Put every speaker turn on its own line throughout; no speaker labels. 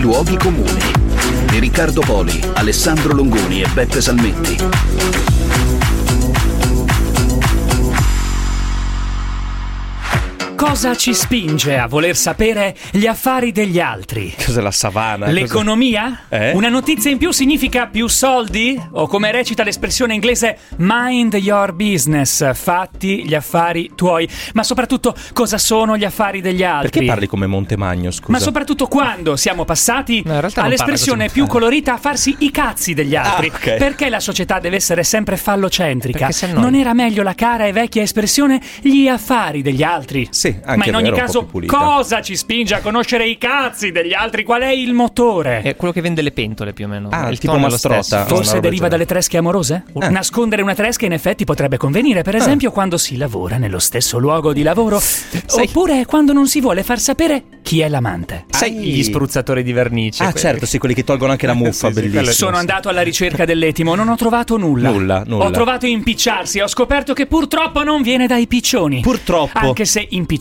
Luoghi comuni di Riccardo Poli, Alessandro Longoni e Beppe Salmetti.
Cosa ci spinge a voler sapere gli affari degli altri?
Cos'è la savana?
L'economia?
Eh?
Una notizia in più significa più soldi? O come recita l'espressione inglese mind your business, fatti gli affari tuoi. Ma soprattutto cosa sono gli affari degli altri?
Perché parli come Montemagno, scusa?
Ma soprattutto quando siamo passati
No, in realtà non
all'espressione
parla così.
più colorita a farsi i cazzi degli altri.
Ah, ok.
Perché la società deve essere sempre fallocentrica?
Perché sennò-
Non era meglio la cara e vecchia espressione gli affari degli altri?
Sì, anche
Ma in ogni
vero, un po'
caso,
più pulita.
cosa ci spinge a conoscere i cazzi degli altri? Qual è il motore?
È quello che vende le pentole più o meno.
Ah,
il
tipo
tono è lo
Mastrota.
stesso.
For-
Forse
Eh, no,
deriva
ragione.
dalle tresche amorose?
Eh.
Nascondere una tresca in effetti potrebbe convenire, per esempio quando si lavora nello stesso luogo di lavoro, oppure quando non si vuole far sapere chi è l'amante.
Sai
Ai.
gli spruzzatori di vernice?
Ah,
quelli?
certo, sì, quelli che tolgono anche la muffa,
Sì, sì,
bellissimo.
quello-
Sono andato alla ricerca dell'etimo, non ho trovato nulla.
Nulla, nulla.
Ho trovato impicciarsi, ho scoperto che purtroppo non viene dai piccioni.
Purtroppo.
Anche se impicciarsi,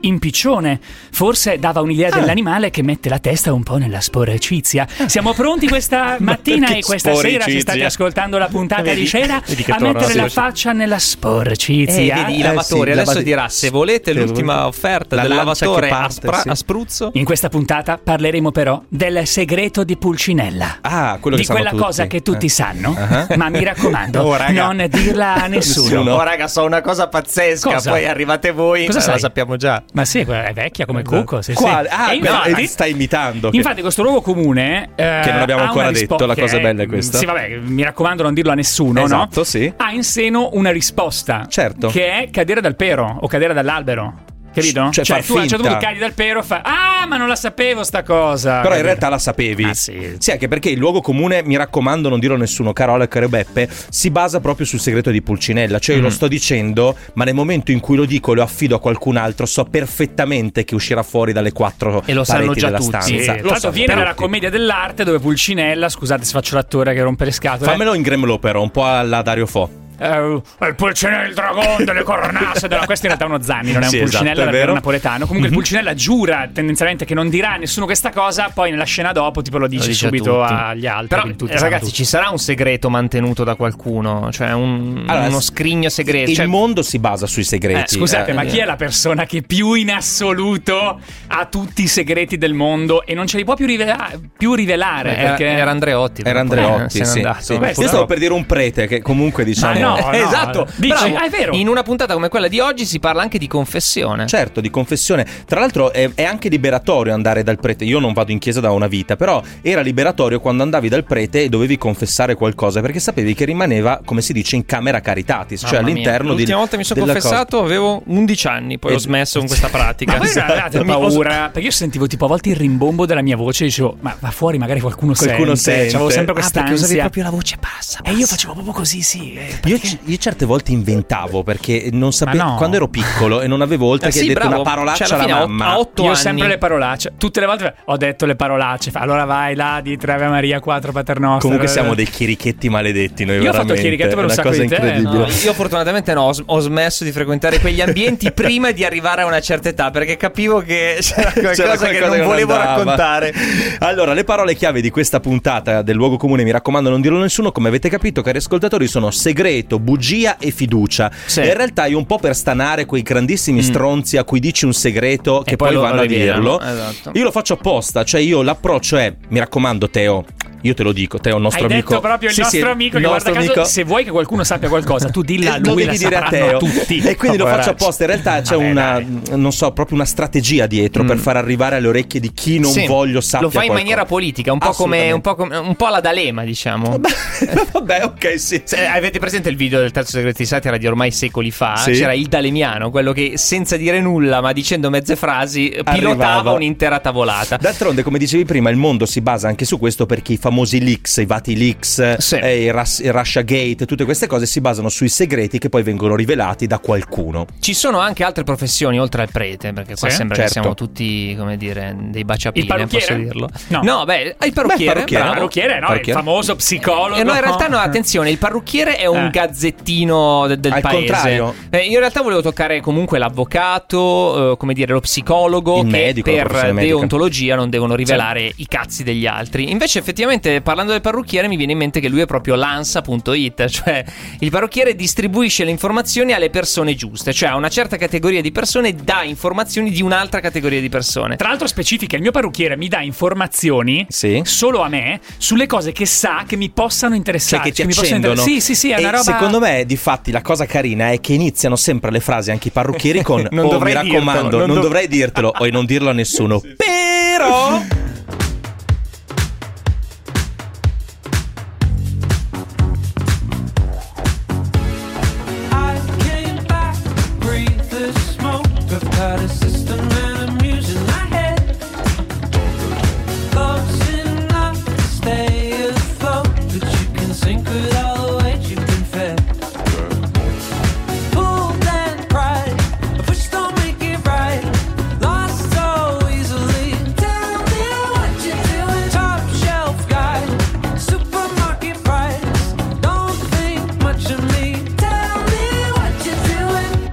impiccione, forse dava un'idea
Ah.
dell'animale che mette la testa un po' nella sporecizia. Siamo pronti questa mattina
perché
e questa sera, se
sporecizia?
state ascoltando la puntata
Vedi-
di cera,
vedi che
a
torna la
mettere la
sporecizia.
faccia nella
Eh,
sporecizia.
vedi, i
Eh,
lavatori
sì,
adesso
lavati-
dirà se volete
Sì,
l'ultima
volete.
offerta
La
del
lancia
lavatore
che parte,
a, spra-
sì.
a spruzzo.
In questa puntata parleremo però del segreto di Pulcinella.
Ah, quello
di
che sanno
quella cosa
tutti.
che tutti
Eh.
sanno,
Ah.
ma mi raccomando,
Oh, raga.
non dirla a nessuno.
Nessuno.
Oh, raga, so una cosa pazzesca.
Cosa?
Poi arrivate voi.
Cosa
Eh,
sai?
la sappiamo già.
Ma sì, è vecchia come Cucco. Sì, sì.
Quale? Ah,
E
beh, eh, sta imitando, che-
Infatti, questo luogo comune. eh,
Che non abbiamo
ha
ancora
una rispo-
detto, la cosa
che-
bella è questa.
Sì, vabbè, mi raccomando, non dirlo a nessuno, no?
Esatto, sì.
Ha in seno una risposta.
Certo.
Che è cadere dal pero o cadere dall'albero. Capito?
Cioè, far
tu a un certo
finta.
punto cadi dal pero e fa. Ah, ma non la sapevo sta cosa.
Però in
Capito?
realtà la sapevi.
Ah, sì.
anche perché il luogo comune, mi raccomando, non dirlo a nessuno, Carola e caro Beppe, si basa proprio sul segreto di Pulcinella. Cioè, io
Mm.
lo sto dicendo, ma nel momento in cui lo dico e lo affido a qualcun altro, so perfettamente che uscirà fuori dalle quattro
E lo sanno
pareti
già
della
tutti.
Sì,
stanza.
tra
Lo
l'altro
sanno
viene dalla
tutti.
commedia dell'arte dove Pulcinella, scusate se faccio l'attore che rompe le scatole.
Fammelo in Gremlo, però, un po' alla Dario Fo.
Eh, il pulcinello, il dragone, delle cornasse. della- questo in realtà è uno zanni, non è un
Sì, esatto,
pulcinello,
è
era
vero.
un napoletano. Comunque il pulcinella giura tendenzialmente che non dirà a nessuno questa cosa, poi nella scena dopo tipo lo dice,
dice a
subito
tutti.
agli altri.
Però,
quindi tutti
eh,
sanno
ragazzi,
tutto.
ci sarà un segreto mantenuto da qualcuno? Cioè, un-
Allora,
uno
s-
scrigno segreto.
Il
Cioè,
mondo si basa sui
Eh,
segreti.
scusate,
eh.
ma chi è la persona che più in assoluto ha tutti i segreti del mondo e non ce li può più, rivela- più rivelare?
era,
perché
Eh, era Andreotti.
Era Andreotti,
Eh, se n'è
sì.
andato,
sì.
Beh,
purtroppo.
Io stavo per dire un prete che comunque
Ma
diciamo...
no, no,
esatto,
Dici,
bravo.
ah, è vero.
In una puntata come quella di oggi si parla anche di confessione.
Certo, di confessione. Tra l'altro è, è anche liberatorio andare dal prete. Io non vado in chiesa da una vita, però era liberatorio quando andavi dal prete e dovevi confessare qualcosa, perché sapevi che rimaneva, come si dice, in camera caritatis, cioè
Mamma mia.
all'interno di...
L'ultima volta mi sono
della
confessato avevo 11 anni, poi
Eh,
ho smesso con questa pratica.
Ma voi non avevate
Mi-
paura? Perché io sentivo tipo a volte il rimbombo della mia voce e dicevo, ma va fuori, magari qualcuno,
Qualcuno sente.
Avevo sempre
Ah,
questa
perché usavi
ansia.
proprio la voce bassa.
E io facevo proprio così, sì. eh,
Io,
perché-
io certe volte inventavo perché non sapevo
Ma no.
quando ero piccolo e non avevo oltre
Eh
che
sì,
detto
bravo.
una parolaccia
Cioè,
alla
alla fine a ot-
mamma.
a otto
Io ho
anni.
sempre le parolacce. Tutte le volte ho detto le parolacce. Fa, Allora vai là di tre Ave Maria, quattro Paternoster.
Comunque siamo dei chirichetti maledetti noi
Io ho fatto
veramente.
chirichetto per
È
un
una
sacco
cosa
di tempo.
incredibile. Cioè,
No, io fortunatamente no, ho sm- ho smesso di frequentare quegli ambienti prima di arrivare a una certa età perché capivo che c'era qualcosa,
C'era
che
qualcosa
non Cioè, volevo
andava.
raccontare.
Allora, le parole chiave di questa puntata del luogo comune, mi raccomando, non dirlo a nessuno. Come avete capito, cari ascoltatori, sono segreto, bugia e fiducia.
Sì.
E in realtà io un po' per stanare quei
Mm.
grandissimi stronzi a cui dici un segreto che
poi
poi,
loro
vanno a
rivelano.
dirlo.
Esatto.
Io lo faccio apposta, cioè io l'approccio è, mi raccomando, Teo. Io te lo dico, Teo, il nostro
Hai
amico.
detto proprio il
Sì, sì,
nostro amico che
il
guarda
nostro
caso,
amico-
se vuoi che qualcuno sappia qualcosa, tu dilla a
Eh, lo
lui, la
devi dire a
sapranno
Teo.
tutti.
E quindi lo faccio
Poveraccio.
apposta. In realtà c'è
Vabbè,
una, mm,
dai.
non so, proprio una strategia dietro per far arrivare alle orecchie di chi non
Mm. Sì.
voglio sappia
Lo fai in
qualcosa.
maniera politica, un po' come un po', come- un po' alla D'Alema,
Eh,
diciamo.
Vabbè, ok, sì.
Se- eh, avete presente il video del terzo segreto di satira di ormai secoli fa?
Sì.
C'era il Dalemiano, quello che senza dire nulla, ma dicendo mezze frasi, pilotava
Arrivava.
un'intera tavolata.
D'altronde, come dicevi prima, il mondo si basa anche su questo perché i famosi leaks, i Vati leaks,
Sì.
eh, i, Rus- i Russia Gate, tutte queste cose si basano sui segreti che poi vengono rivelati da qualcuno.
Ci sono anche altre professioni oltre al prete, perché qua
Sì,
sembra che
certo.
siamo tutti, come dire, dei
Il
baciapile,
parrucchiere?
posso dirlo.
No.
beh, il parrucchiere,
Beh, parrucchiere,
bravo.
parrucchiere, no?
Parrucchiere.
Il famoso psicologo.
Eh, no, in realtà no, attenzione, il parrucchiere è un
Eh.
gazzettino de- del
Al
paese.
contrario.
Eh, io in realtà volevo toccare comunque l'avvocato, eh, come dire, lo psicologo
Il
che
medico, la
per
professione medica.
deontologia non devono rivelare i cazzi degli altri. Invece effettivamente parlando del parrucchiere mi viene in mente che lui è proprio l'ansa.it, cioè il parrucchiere distribuisce le informazioni alle persone giuste, cioè a una certa categoria di persone dà informazioni di un'altra categoria di persone.
Tra l'altro specifica, il mio parrucchiere mi dà informazioni
Sì.
solo a me sulle cose che sa che mi possano
Cioè
interessare.
che ti
mi possono
accendono.
inter- Sì, sì, sì, è
E
una roba...
Secondo me, difatti, la cosa carina è che iniziano sempre le frasi anche i parrucchieri con
Non
"Oh, mi
dovrei
raccomando,
dirtelo, non
non,
dov-
dovrei dirtelo o e non dirlo a nessuno. Però
I came back, breathed the smoke. I've got a system and I'm using my head. Close enough to stay afloat, but you can sink with all the weight you've been fed. Pulled and pride, I pushed don't make it right. Lost so easily. Tell me what you're doing. Top shelf guy, supermarket price. Don't think much of me. Tell me what you're doing.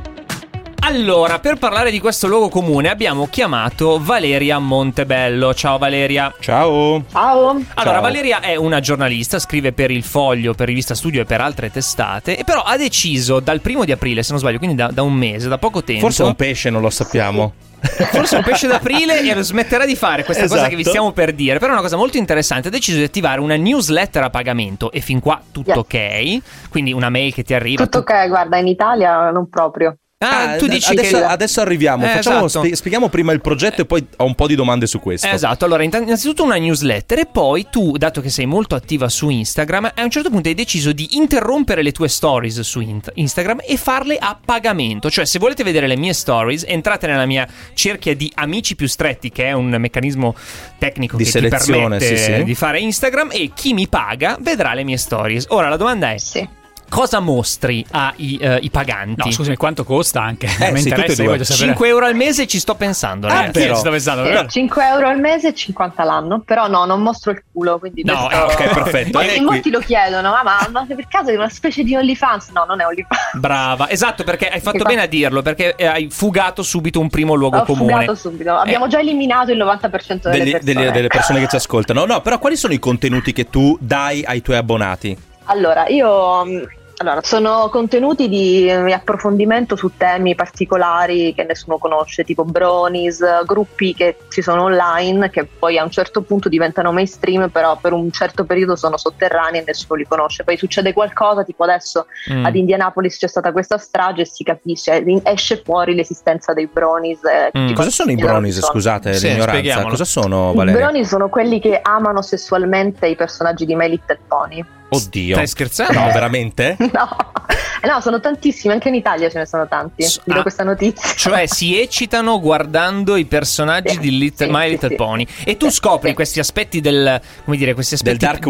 Allora, per parlare di questo luogo comune abbiamo chiamato Valeria Montebello. Ciao Valeria.
ciao.
Ciao,
Allora,
Ciao.
Valeria è una giornalista, scrive per Il Foglio, per Rivista Studio e per altre testate, e però ha deciso dal primo di aprile, se non sbaglio, quindi da, da un mese, da poco tempo,
Forse è un pesce, non lo sappiamo.
forse un pesce d'aprile e smetterà di fare questa cosa che vi
Esatto.
stiamo per dire, però è una cosa molto interessante, ha deciso di attivare una newsletter a pagamento e fin qua tutto ok, quindi una mail che ti arriva.
tutto
tu-
ok, guarda, in Italia non proprio.
Ah,
Ah,
tu dici
adesso,
che...
adesso arriviamo.
Eh,
Facciamo-
esatto.
spie- spieghiamo prima il progetto e poi ho un po' di domande su questo.
Esatto, allora intan- innanzitutto una newsletter e poi tu, dato che sei molto attiva su Instagram, a un certo punto hai deciso di interrompere le tue stories su int- Instagram e farle a pagamento, cioè se volete vedere le mie stories entrate nella mia cerchia di amici più stretti che è un meccanismo tecnico
Di
che
selezione,
ti permette
sì, sì.
di fare Instagram e chi mi paga vedrà le mie stories. Ora la domanda è
Sì.
cosa mostri ai eh, i paganti?
No, scusami, quanto costa anche?
Eh,
mi
sì, tutte e
interessa,
due.
io voglio sapere.
5 euro al mese ci sto pensando,
Ah,
ragazzi.
perché
però.
sto pensando,
Eh,
vero?
5 euro al mese e 50 l'anno, però no, non mostro il culo, quindi
No,
questo-
eh,
ok, perfetto.
Molti,
Eh,
molti lo chiedono, "Ah, ma, ma per caso è una specie di OnlyFans? No, non è OnlyFans.
Brava, esatto, perché hai fatto
Esatto.
bene a dirlo, perché eh, hai fugato subito un primo luogo
Ho
comune.
fugato subito. Abbiamo già eliminato il 90% delle,
Eh. Degli- delle,
persone.
delle persone che ci ascoltano. No, però quali sono i contenuti che tu dai ai tuoi abbonati?
Allora, io mh, allora, sono contenuti di eh, approfondimento su temi particolari che nessuno conosce, tipo bronies, eh, gruppi che ci sono online, che poi a un certo punto diventano mainstream, però per un certo periodo sono sotterranei e nessuno li conosce. Poi succede qualcosa, tipo adesso
Mm.
ad Indianapolis c'è stata questa strage e si capisce, in- esce fuori l'esistenza dei bronies. eh,
Mm.
tutti
Cosa sono i
quanti erano
bronies?
persone.
Scusate
Sì,
l'ignoranza.
spieghiamolo.
Cosa sono,
I
Valeria?
bronies sono quelli che amano sessualmente i personaggi di My Little Pony.
Oddio.
Stai scherzando?
No, veramente?
No. Eh no, sono tantissimi, anche in Italia ce ne sono tanti.
S-
Vi do
ah.
questa notizia.
Cioè, si eccitano guardando i personaggi
Sì,
di Little,
sì,
My
sì,
Little
sì.
Pony. E tu
Sì,
scopri
sì.
questi aspetti del. come dire, questi aspetti
Del dark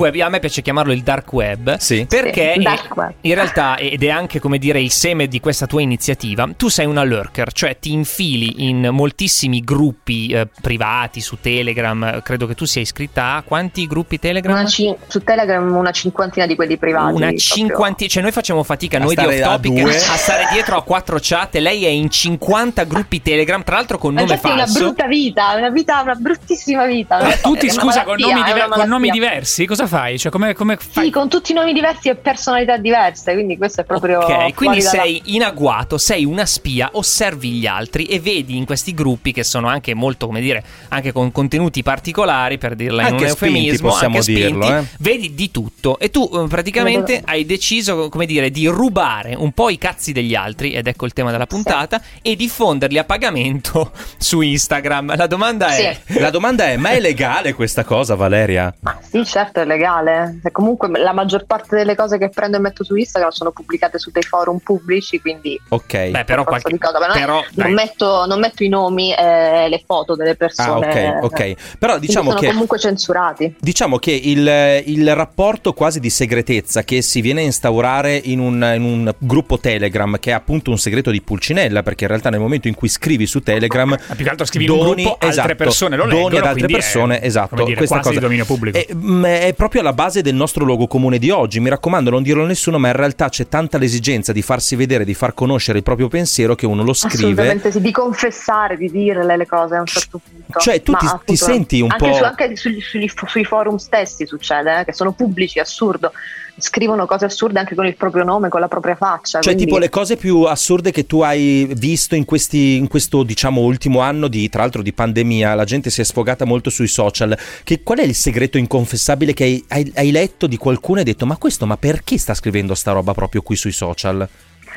web.
A me piace chiamarlo il dark web.
Sì.
Perché Eh.
Sì, dark web.
in realtà, ed è anche come dire il seme di questa tua iniziativa, tu sei una lurker, cioè ti infili in moltissimi gruppi eh, privati su Telegram. Credo che tu sia iscritta a quanti gruppi Telegram?
Una cin- su Telegram una cinquantina di quelli privati.
Una
proprio.
cinquantina, cioè noi facciamo fatica,
A
noi di
stare
off
a
topic,
due.
a stare dietro a quattro chat. Lei è in 50 gruppi Telegram, tra l'altro con
Ma
nome
infatti è una
falso.
brutta vita, una vita, una bruttissima vita.
Ma tutti, Eh,
È una
scusa, con
malattia,
nomi,
Eh, è
diver-
una
con nomi
malattia.
diversi? Cosa fai? Cioè, come, come fai?
Sì, con tutti nomi diversi e personalità diverse, quindi questo è proprio.
ok, quindi
fuori dalla-
sei in agguato, sei una spia, osservi gli altri e vedi in questi gruppi che sono anche molto, come dire, anche con contenuti particolari, per dirla in
Anche
un
spinti,
eufemismo,
possiamo
anche spinti,
dirlo, eh.
vedi di tutto e tu eh, praticamente hai deciso, come dire, di rubare un po' i cazzi degli altri, ed ecco il tema della puntata, e diffonderli a pagamento su Instagram. La domanda è...
Sì.
La domanda è: ma è legale questa cosa, Valeria?
Ma sì, Sì, certo, è legale. E comunque la maggior parte delle cose che prendo e metto su Instagram sono pubblicate su dei forum pubblici, quindi
Ok.
Beh, però
per forza
qualche
di cosa. Ma non-
però,
non,
dai.
metto, non metto i nomi e le foto delle persone.
Ah, ok, ok. Però
Quindi
diciamo
sono
che
comunque censurati.
Diciamo che il, il rapporto quasi di segretezza che si viene a instaurare in un, in un gruppo Telegram, che è appunto un segreto di Pulcinella, perché in realtà nel momento in cui scrivi su Telegram,
Ah,
Ma Ah, più che altro scrivi in un gruppo, altre persone lo
esatto. doni
leggono,
ad altre
quindi è,
persone, esatto.
come dire,
questa
quasi
cosa
di dominio pubblico.
È, mm, è proprio alla base del nostro luogo comune di oggi. Mi raccomando, non dirlo a nessuno, ma in realtà c'è tanta l'esigenza di farsi vedere, di far conoscere il proprio pensiero che uno lo scrive.
Assolutamente sì, di confessare, di dirle le cose a un certo punto.
Cioè, tu
Ma,
ti- ti
appunto,
senti un
anche
po'-
su- anche sugli- sugli- sui forum stessi succede, eh, che sono pubblici, assurdo. Scrivono cose assurde anche con il proprio nome, con la propria faccia.
Cioè,
quindi-
tipo le cose più assurde che tu hai visto in, questi, in questo, diciamo, ultimo anno di, tra l'altro, di pandemia, la gente si è sfogata molto sui social. Che, qual è il segreto inconfessabile che hai, hai- hai letto di qualcuno e hai detto: Ma questo, ma perché sta scrivendo sta roba proprio qui sui social?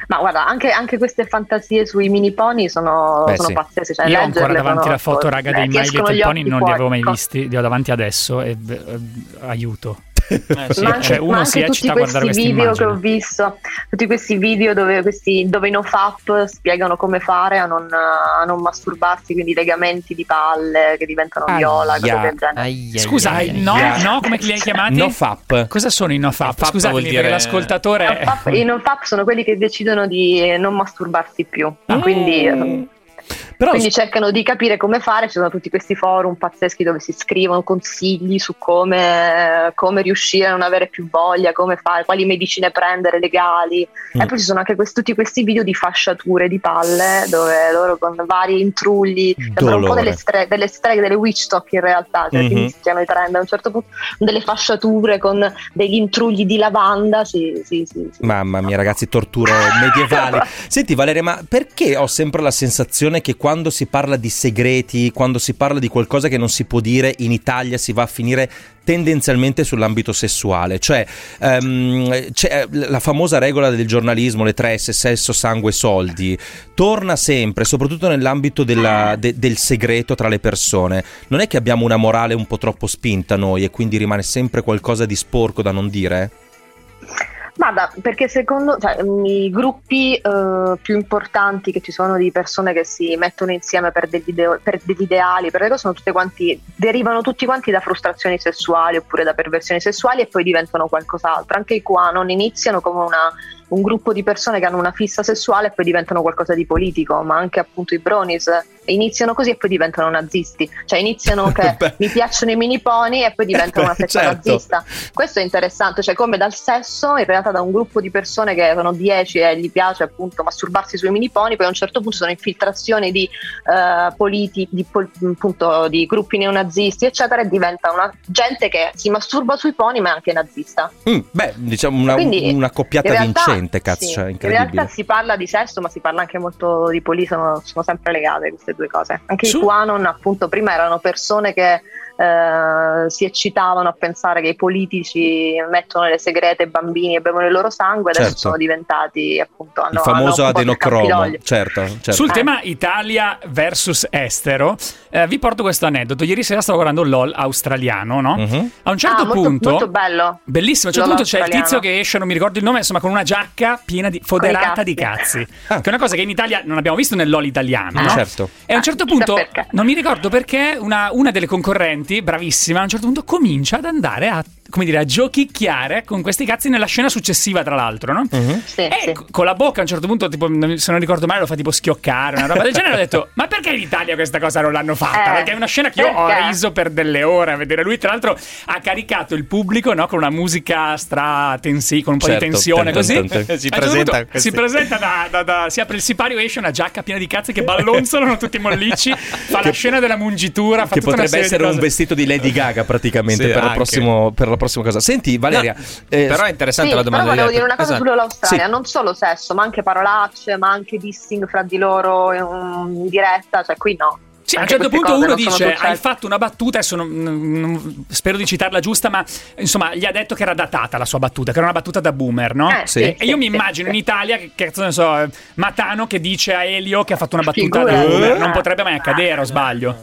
Ma guarda, anche, anche queste fantasie sui mini pony sono,
Beh,
sono
sì.
pazzesche. Cioè,
Io ho
leggerle
ancora davanti
sono-
la foto, raga, dei
eh, ti
My
escono gli
Little Pony,
occhi ecco.
non li
fuori.
avevo mai
Co-
visti, li ho davanti adesso e eh, aiuto.
Eh, sì.
Ma anche,
cioè, uno
ma
si
anche
eccita
tutti
a guardare
questi
queste
video che
immagini.
ho visto, tutti questi video dove, questi, dove i nofap spiegano come fare a non, a non masturbarsi, quindi legamenti di palle che diventano
Aia.
viola, cose del genere.
Ai, ai,
Scusa,
ai, ai,
no,
ai.
no, come li hai chiamati?
No fap.
Cosa sono i no
No
fap?
fap
Scusatemi
vuol
perché
dire-
l'ascoltatore...
Nofap- I nonfap sono quelli che decidono di non masturbarsi più,
Ah.
quindi,
Però,
quindi cercano di capire come fare. Ci sono tutti questi forum pazzeschi dove si scrivono consigli su come, come riuscire a non avere più voglia, come fare, quali medicine prendere legali.
Mm.
E poi ci sono anche questi- tutti questi video di fasciature di palle dove loro con vari intrugli, sembrano un po'
Dolore.
delle, stre- delle streghe, delle witch talk in realtà, cioè si
Mhm.
mischiano i trend a un certo punto, delle fasciature con degli intrugli di lavanda. Sì, sì, sì, sì.
Mamma mia, ragazzi, torture medievali. Senti, Valeria, ma perché ho sempre la sensazione che quando si parla di segreti, quando si parla di qualcosa che non si può dire in Italia, si va a finire tendenzialmente sull'ambito sessuale? Cioè, ehm, c'è la famosa regola del giornalismo, le tre S, sesso, sangue, soldi, torna sempre, soprattutto nell'ambito della- de- del segreto tra le persone. Non è che abbiamo una morale un po' troppo spinta noi e quindi rimane sempre qualcosa di sporco da non dire?
Ma da- perché secondo cioè, mh, i gruppi eh, più importanti che ci sono di persone che si mettono insieme per degli, ideo- per degli ideali, per le cose, sono tutte quanti, derivano tutti quanti da frustrazioni sessuali oppure da perversioni sessuali e poi diventano qualcos'altro. Anche i QAnon iniziano come una- un gruppo di persone che hanno una fissa sessuale e poi diventano qualcosa di politico, ma anche appunto i bronies iniziano così e poi diventano nazisti. Cioè iniziano che
Beh.
mi piacciono i mini pony e poi diventano una setta
Certo.
nazista. Questo è interessante, cioè come dal sesso, in realtà da un gruppo di persone che sono 10 e gli piace appunto masturbarsi sui miniponi, poi a un certo punto sono infiltrazioni di eh, politi, di, pol- appunto, di gruppi neonazisti, eccetera, e diventa una gente che si masturba sui poni ma è anche nazista.
Mm, beh, diciamo una,
Quindi,
una coppiata
In realtà-
vincente, cazzo,
sì,
cioè,
In realtà
incredibile.
si parla di sesso, ma si parla anche molto di poli, sono, sono sempre legate queste due cose. Anche
Su-
i QAnon, appunto, prima erano persone che eh, si eccitavano a pensare che i politici mettono le segrete ai bambini e bevono il loro sangue, adesso
Certo.
sono diventati, appunto, hanno,
Il famoso
hanno occupato il
adenocromo,
Campidoglio.
certo, certo.
Eh.
Sul tema Italia versus estero, eh, vi porto questo aneddoto. Ieri sera stavo guardando LOL australiano, no?
Mhm.
A un certo
Ah, molto,
punto...
molto bello.
Mm?
Bellissimo, a un certo
Lolo
punto c'è il tizio
australiano.
che esce, non mi ricordo il nome, insomma con una giacca piena di foderata
cazzi.
di cazzi,
Ah.
che è una cosa che in Italia non abbiamo visto nel LOL italiano,
Ah,
no?
certo.
E a un certo
Ah, chissà
punto,
perché.
non mi ricordo perché, una, una delle concorrenti, bravissima, a un certo punto comincia ad andare a, come dire, a giochicchiare con questi cazzi nella scena successiva, tra l'altro, no?
Mhm.
Sì,
E
sì.
Eh, co- con la bocca a un certo punto, tipo, non- se non ricordo male, lo fa tipo schioccare, una roba del genere. Ho detto: Ma perché in Italia questa cosa non l'hanno fatta?
Eh,
perché è una scena che io ho
perché?
riso per delle ore a vedere. Lui, tra l'altro, ha caricato il pubblico no, con una musica stra tensi, con un po'
Certo,
di tensione.
tan,
così
tan, tan, tan. Si
A un certo
presenta
punto
così.
si presenta da, da- da- si apre il sipario, esce una giacca piena di cazzi che ballonzolano tutti mollicci. Fa la
Che-
scena della mungitura. fa
Che
tutta una
potrebbe
serie di
essere un
cose.
vestito di Lady Gaga praticamente
Sì,
per, il
anche.
prossimo- per la prossima cosa. Senti, Valeria,
No,
eh,
però è interessante
Sì,
la domanda
però volevo
di
dire una cosa
Esatto.
sull'Australia,
Sì.
non solo sesso, ma anche parolacce, ma anche dissing fra di loro in, in diretta, cioè qui no.
Sì, a un
Anche
certo
queste
punto uno
cose non sono
dice:
successe.
Hai fatto una battuta, adesso non- non- non- spero di citarla giusta, ma insomma, gli ha detto che era datata la sua battuta, che era una battuta da boomer, no?
Eh,
Sì.
E e io mi
sì,
immagino
sì.
in Italia, che cazzo ne so, eh, Matano che dice a Elio che ha fatto una battuta da
Figurati.
boomer. Non potrebbe mai accadere, o sbaglio.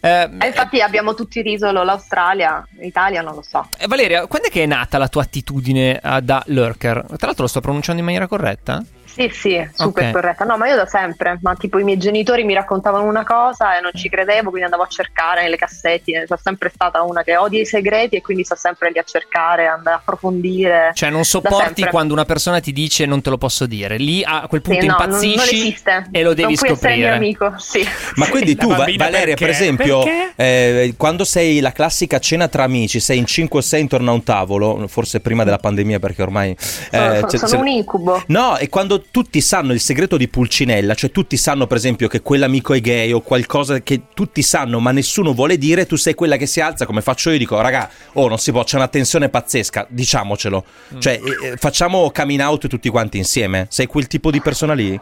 Eh.
Eh,
Eh, infatti abbiamo tutti riso lo- l'Australia, l'Italia non lo so.
eh, Valeria, quando è che è nata la tua attitudine eh, da lurker? Tra l'altro lo sto pronunciando in maniera corretta?
Sì, sì, super
Ok.
corretta. No, ma io da sempre, ma tipo i miei genitori mi raccontavano una cosa e non ci credevo, quindi andavo a cercare nelle cassettine. Sono sempre stata una che odia i segreti e quindi sta sempre lì a cercare, andare a approfondire.
Cioè non
Da
sopporti
sempre.
quando una persona ti dice non te lo posso dire. Lì a quel punto
Sì, no, non-
impazzisci
non esiste.
e lo devi
non puoi essere mio
scoprire.
amico, sì.
Ma quindi
La
tu, Va-
bambina
Valeria,
perché?
per esempio,
Perché?
eh, quando sei la classica cena tra amici, sei in 5 o 6 intorno a un tavolo, forse prima della pandemia perché ormai... eh,
Sono- sono-
ce-
sono
se-
un incubo.
No, e quando tutti sanno il segreto di Pulcinella, cioè tutti sanno per esempio che quell'amico è gay o qualcosa che tutti sanno ma nessuno vuole dire, tu sei quella che si alza come faccio io e dico raga, oh non si può, c'è una tensione pazzesca, diciamocelo. Cioè eh, eh, facciamo coming out tutti quanti insieme, sei quel tipo di persona lì?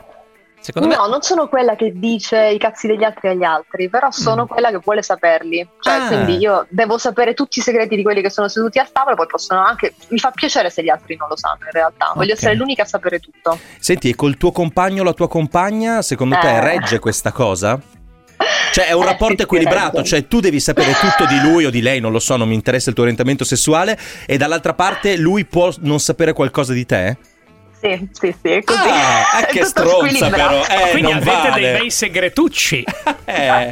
Secondo me
No, non sono quella che dice i cazzi degli altri agli altri, però sono quella che vuole saperli. Cioè,
Mm. Ah.
quindi io devo sapere tutti i segreti di quelli che sono seduti al tavolo, poi possono anche. Mi fa piacere se gli altri non lo sanno, in realtà. Voglio
Ok.
essere l'unica a sapere tutto.
Senti, e col tuo compagno o la tua compagna, secondo te
Eh.
regge questa cosa? Cioè è un
Eh,
rapporto
sì,
equilibrato,
sicuramente.
cioè tu devi sapere tutto di lui o di lei, non lo so, non mi interessa il tuo orientamento sessuale e dall'altra parte lui può non sapere qualcosa di te?
Sì, sì, sì, è così.
Ah, eh,
È
che
tutto
stronza
squilibra.
però, eh,
Ah, Quindi
non
avete
vale.
dei bei segretucci.
Eh,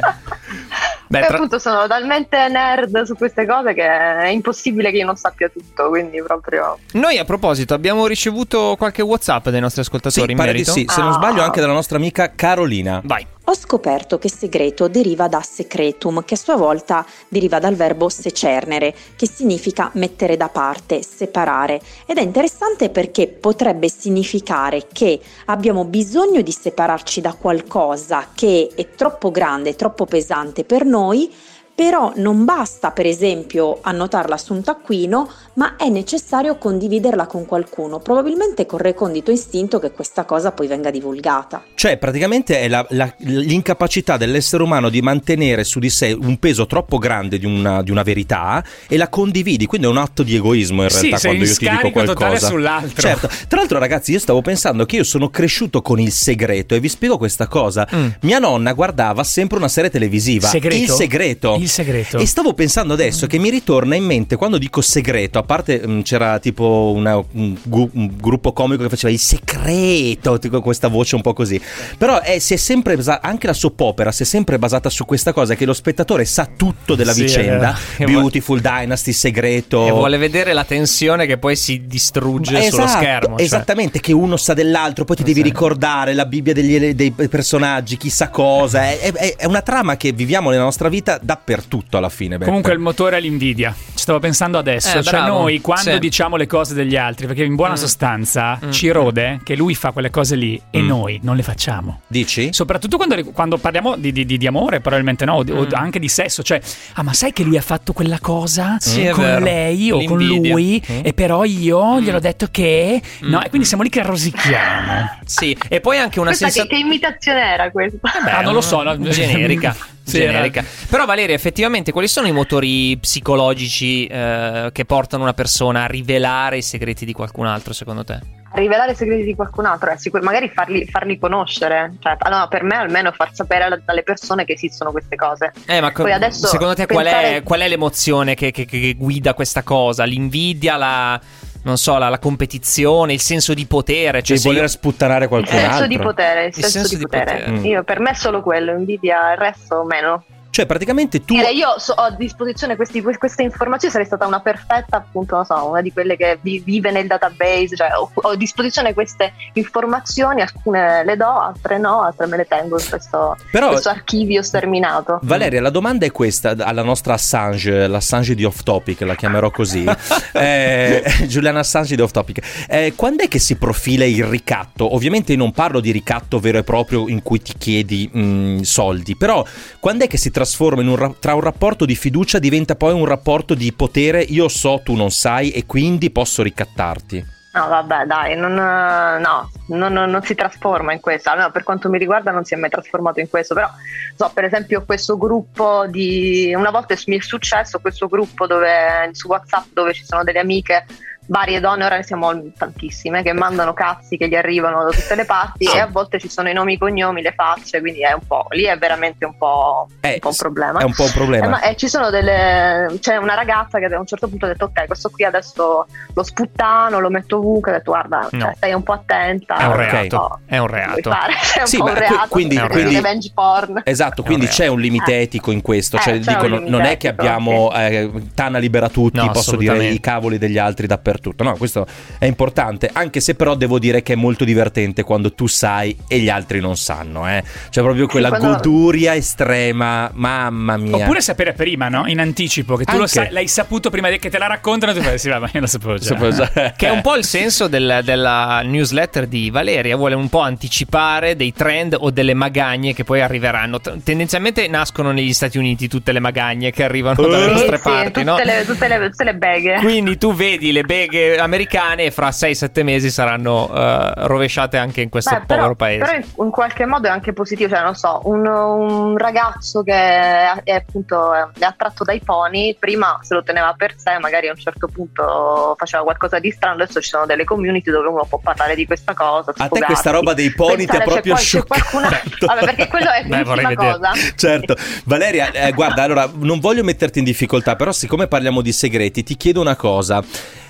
Beh,
E
tra-
appunto sono talmente nerd su queste cose che è impossibile che io non sappia tutto, quindi proprio...
Noi a proposito abbiamo ricevuto qualche WhatsApp dai nostri ascoltatori
sì,
in
pare di
merito.
sì, se non
Ah.
sbaglio anche dalla nostra amica Carolina.
Vai.
Ho scoperto che segreto deriva da secretum, che a sua volta deriva dal verbo secernere, che significa mettere da parte, separare. Ed è interessante perché potrebbe significare che abbiamo bisogno di separarci da qualcosa che è troppo grande, troppo pesante per noi. Però non basta, per esempio, annotarla su un taccuino, ma è necessario condividerla con qualcuno, probabilmente col recondito istinto che questa cosa poi venga divulgata.
Cioè, praticamente è la- la- l'incapacità dell'essere umano di mantenere su di sé un peso troppo grande di una, di una verità e la condividi. Quindi è un atto di egoismo in
Sì,
realtà
sei
quando
in
io ti dico
scarico totale
qualcosa.
sull'altro.
Cioè,
Certo. Tra l'altro, ragazzi, io stavo pensando che io sono cresciuto con il segreto e vi spiego questa cosa.
Mm.
Mia nonna guardava sempre una serie televisiva,
Segreto?
Il segreto.
Il segreto.
E stavo pensando adesso che mi ritorna in mente quando dico segreto, a parte mh, c'era tipo una- un, gu- un gruppo comico che faceva il segreto, tipo questa voce un po' così. Però eh, si è sempre basa- anche la soap opera si è sempre basata su questa cosa che lo spettatore sa tutto della
Sì, è
vicenda.
vero.
Beautiful Dynasty, segreto.
E vuole vedere la tensione che poi si distrugge sullo
Esatto,
schermo. cioè.
Esattamente, che uno sa dell'altro, poi ti devi
Sì.
ricordare la Bibbia degli- dei personaggi, chissà cosa. È, è- è una trama che viviamo nella nostra vita dappertutto alla fine. Beppe.
Comunque il motore è l'invidia. Ci stavo pensando adesso.
Eh,
cioè,
bravo.
noi quando
Sì.
diciamo le cose degli altri, perché in buona
Mm.
sostanza
Mm.
ci rode che lui fa quelle cose lì e
Mm.
noi non le facciamo.
Dici?
Soprattutto quando, quando parliamo di, di- di- di amore, probabilmente no, o di- o
Mm.
anche di sesso. Cioè, ah, ma sai che lui ha fatto quella cosa
Sì, è
con
vero.
lei o con
L'invidia.
lui,
Mm.
e però io
Mm.
gliel'ho detto che. No, e quindi siamo lì che rosichiamo.
Sì, e poi anche una
Questa che- che,
sensazione.
imitazione era questa?
Eh
Ah, non lo so, no.
generica. eh.
Sì,
generica. Però Valeria, effettivamente, quali sono i motori psicologici eh, che portano una persona a rivelare i segreti di qualcun altro, secondo te?
Rivelare i segreti di qualcun altro, eh, sicur- magari farli, farli conoscere. Cioè, allora, per me almeno far sapere alla- dalle persone che esistono queste cose.
Eh, ma co-
Poi adesso
secondo te qual, è,
pensare-
qual è l'emozione che, che- che guida questa cosa? L'invidia, la, non so, la, la competizione, il senso di potere? Cioè,
Cioè,
se
voler
io-
sputtanare
Il
qualcun
senso
altro.
di potere, il,
Il senso di potere.
Mm.
Io, per me è solo quello, invidia, il resto meno.
Cioè, praticamente tu.
Dire, io so- ho a disposizione questi- que- queste informazioni, sarei stata una perfetta, appunto, non so, una di quelle che vi- vive nel database, cioè ho, ho a disposizione queste informazioni, alcune le do, altre no, altre me le tengo in questo,
Però-
questo archivio sterminato.
Valeria, la domanda è questa alla nostra Assange, l'Assange di Off Topic, la chiamerò così. Eh, Giuliana Assange di Off Topic. Eh, quando è che si profila il ricatto? Ovviamente non parlo di ricatto vero e proprio in cui ti chiedi mh, soldi, però quando è che si trasforma in un ra- tra un rapporto di fiducia diventa poi un rapporto di potere, io so, tu non sai e quindi posso ricattarti.
No, vabbè, dai, non, eh, no, non, non- non si trasforma in questo. Almeno per quanto mi riguarda, non si è mai trasformato in questo. Però, so, per esempio, questo gruppo di. Una volta mi è successo questo gruppo dove, su WhatsApp dove ci sono delle amiche. Varie donne, ora ne siamo tantissime, che mandano cazzi che gli arrivano da tutte le parti
Sì.
e a volte ci sono i nomi, i cognomi, le facce, quindi è un po', lì è veramente un po'
Eh,
un po' un problema.
È un po' un
Eh,
problema.
ma eh, ci sono delle. C'è una ragazza che a un certo punto ha detto: Ok, questo qui adesso lo sputtano, lo metto ovunque. Ha detto: Guarda,
No.
cioè, stai un po' attenta.
È un
non
reato,
so,
è un
che vuoi
reato.
fare. È un
Sì,
po'
ma
un
qui-
reato.
quindi-
è un
quindi-
revenge porn.
Esatto, quindi
vabbè.
c'è un limite etico in questo,
Eh,
cioè
c'è
dico,
un
non-
limite
non è che
etico,
abbiamo eh, Tana libera tutti,
No,
posso dire
assolutamente.
i cavoli degli altri dappertutto. No, questo è importante, anche se però devo dire che è molto divertente quando tu sai e gli altri non sanno, eh. C'è proprio quella
quando-
culturia estrema, mamma mia.
Oppure sapere prima, no? In anticipo, che tu lo
Anche.
sai, l'hai saputo prima che te la raccontano, tu fai sì, vabbè, io lo sapevo già.
Sapevo già.
Che è un po' il senso del- della newsletter di Valeria, vuole un po' anticipare dei trend o delle magagne che poi arriveranno. T- tendenzialmente nascono negli Stati Uniti tutte le magagne che arrivano dalle
Eh.
Sì,
nostre
Eh, sì,
parti,
tutte,
no?
le, tutte, le, tutte le beghe.
Quindi tu vedi le beghe americane e fra 6-7 mesi saranno eh, rovesciate anche in questo
Beh,
povero
però,
paese.
però in, in qualche modo è anche positivo, cioè non so, un, un ragazzo che è, è appunto è è attratto dai pony, prima se lo teneva per sé, magari a un certo punto faceva qualcosa di strano, adesso ci sono delle community dove uno può parlare di questa cosa.
A te
sfogarsi,
questa roba dei poni ti ha
pensare,
proprio
c'è qual- c'è qualcun altro-
scioccato.
Vabbè, perché quello è
Beh, vorrei
l'ultima
vedere.
cosa.
Certo, Valeria, eh, guarda, allora non voglio metterti in difficoltà, però siccome parliamo di segreti, ti chiedo una cosa.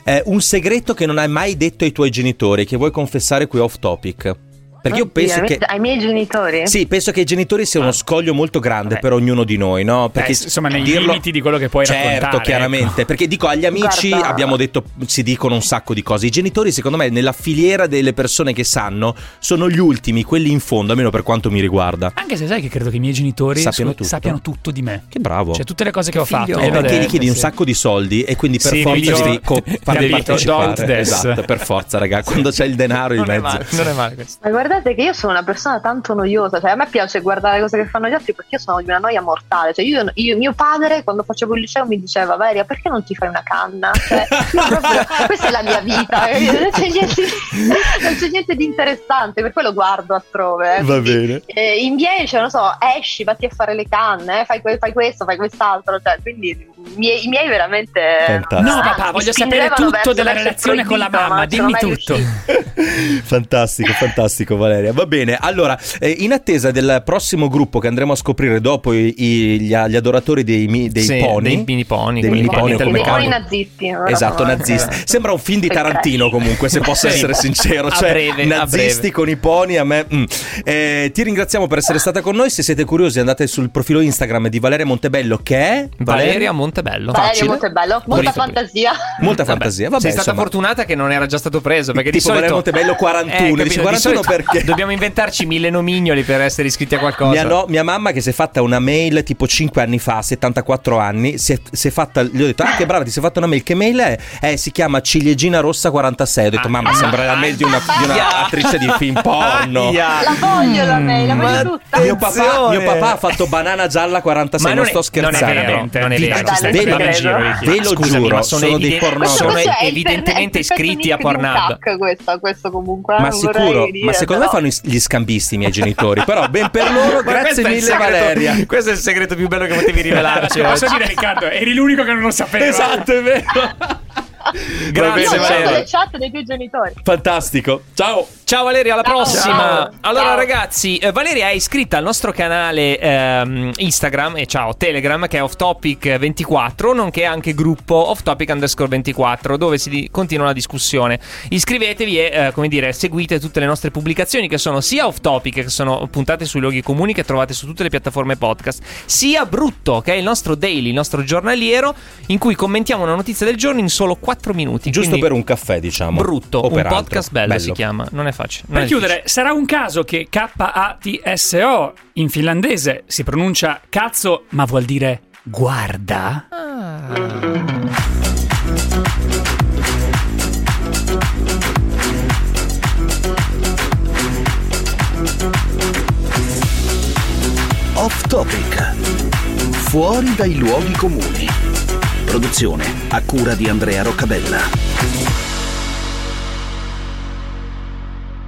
Eh, un segreto che non hai mai detto ai tuoi genitori, che vuoi confessare qui off topic. Perché io
Oddio,
penso
ai miei-
che...
Ai miei genitori? Ah.
Sì, penso che i genitori siano uno scoglio molto grande
Vabbè.
per ognuno di noi, no?
Eh,
Perché
s- insomma, nei
dirlo-
limiti di quello che puoi
certo,
raccontare. ecco.
chiaramente. Perché dico agli amici
Guarda-
abbiamo detto si dicono un sacco di cose. I genitori, secondo me, nella filiera delle persone che sanno, sono gli ultimi, quelli in fondo, almeno per quanto mi riguarda.
Anche se sai che credo che i miei genitori
Sappiano
scu-
tutto.
sappiano tutto di me.
Che bravo.
Cioè, tutte le cose che ho fatto.
figliolo.
Eh,
le ho
perché gli
dette,
chiedi un
sì.
sacco di soldi e quindi per
Sì,
forza
quindi
devi
io-
co- farli
capito, don't
partecipare.
this.
Esatto, per forza, raga. Quando c'è il denaro in
non, è
mezzo.
male, non è male questo.
Ma guardate che io sono una persona tanto noiosa, cioè a me piace guardare le cose che fanno gli altri perché io sono di una noia mortale, cioè io, io- mio padre quando facevo il liceo mi diceva Valeria perché non ti fai una canna? Cioè, io proprio- questa è la mia vita, eh, non c'è, niente, non c'è niente di interessante, per quello guardo altrove. eh.
Va bene.
Eh, in miei, cioè, non so, esci, vatti a fare le canne, eh, fai, que- fai questo, fai quest'altro, cioè, quindi i miei, i miei veramente...
Fantastico.
No,
Ah,
papà,
mi
voglio
spingevano
sapere tutto
verso-
della
verso il
relazione con la
proibito,
mamma,
ma non sono
dimmi
mai
tutto.
riuscita.
fantastico, fantastico Valeria. Va bene, allora, eh, in attesa del prossimo gruppo che andremo a scoprire dopo i- i- gli, gli adoratori dei, mi- dei
Sì,
poni.
dei mini poni,
Dei
quelli
mini
che
poni,
mettono
come
i poni
chiamano?
nazisti, ora
Esatto,
sono-
nazisti. Sembra un film di
Ok.
Tarantino comunque, se posso
Sì.
essere sincero.
A
Cioè,
breve, a
nazisti
breve.
con i poni, a me... mm. Eh, ti ringraziamo per essere stata con noi. Se siete curiosi andate sul profilo Instagram di Valeria Montebello che è...
Valeria Montebello.
Fa-
Valerio
Facile.
molto è bello,
Bonito.
molta fantasia.
Molta
Eh, Vabbè,
fantasia, vabbè.
sei stata
insomma.
fortunata che non era già stato preso perché di
Tipo Valerio
solito Eh,
Montebello 41,
capito,
dici,
di
41
solito
perché?
dobbiamo inventarci mille nomignoli per essere iscritti a qualcosa.
Mia, no- mia mamma che si è fatta una mail tipo 5 anni fa, 74 anni, si è, si è fatta, gli ho detto ah che brava ti sei fatta una mail, che mail è? Eh si chiama Ciliegina Rossa 46, ho detto
Ah.
mamma sembra la mail di una, di una
Aia.
attrice di film porno.
Aia.
La voglio la mail, la
Mm. Ma
voglio tutta.
mio papà,
Attenzione.
mio papà ha fatto banana gialla 46,
Ma
non,
non è-
sto
non è
scherzando.
vero, non è
Vi-
vero.
Dai,
Stai
ve,
prendendo in
lo-
giro,
ve lo
Scusami,
giuro,
ma
sono,
sono
dei
evidenti-
Questo-
pornografi.
sono
questo è il
evidentemente
per- è il per-
iscritti a
nick di un
Pornhub.
hack Questo, questo comunque. eh,
Ma
non
sicuro,
vorrei
ma
dire,
secondo me
però.
fanno i- gli scambisti i miei genitori, però ben per loro,
Ma
grazie
questo è il
mille
segreto-
Valeria.
Questo è il segreto più bello che potevi rivelarci.
Cioè, posso
oggi.
dire, Riccardo, eri l'unico che non lo sapeva.
Esatto, è vero.
Grazie,
Io ho letto
Valeria.
le chat dei tuoi genitori.
Fantastico. Ciao.
Ciao Valeria, alla
Ciao.
prossima.
Ciao.
Allora
Ciao.
ragazzi, eh, Valeria è iscritta al nostro canale ehm, Instagram e ciao Telegram che è Off Topic 24, nonché anche gruppo Off Topic underscore 24 dove si di- continua la discussione. Iscrivetevi e eh, come dire, seguite tutte le nostre pubblicazioni che sono sia Off Topic che sono puntate sui luoghi comuni che trovate su tutte le piattaforme podcast, sia Brutto che è il nostro daily, il nostro giornaliero in cui commentiamo una notizia del giorno in solo 4 minuti.
Giusto
Quindi-
per un caffè, diciamo.
Brutto,
O
un
per altro.
podcast bello, si chiama, non è facile. non
Per
è
chiudere, sarà un caso che K-A-T-S-O in finlandese si pronuncia cazzo, ma vuol dire guarda?
Off topic. Fuori dai luoghi comuni. Produzione a cura di Andrea Roccabella.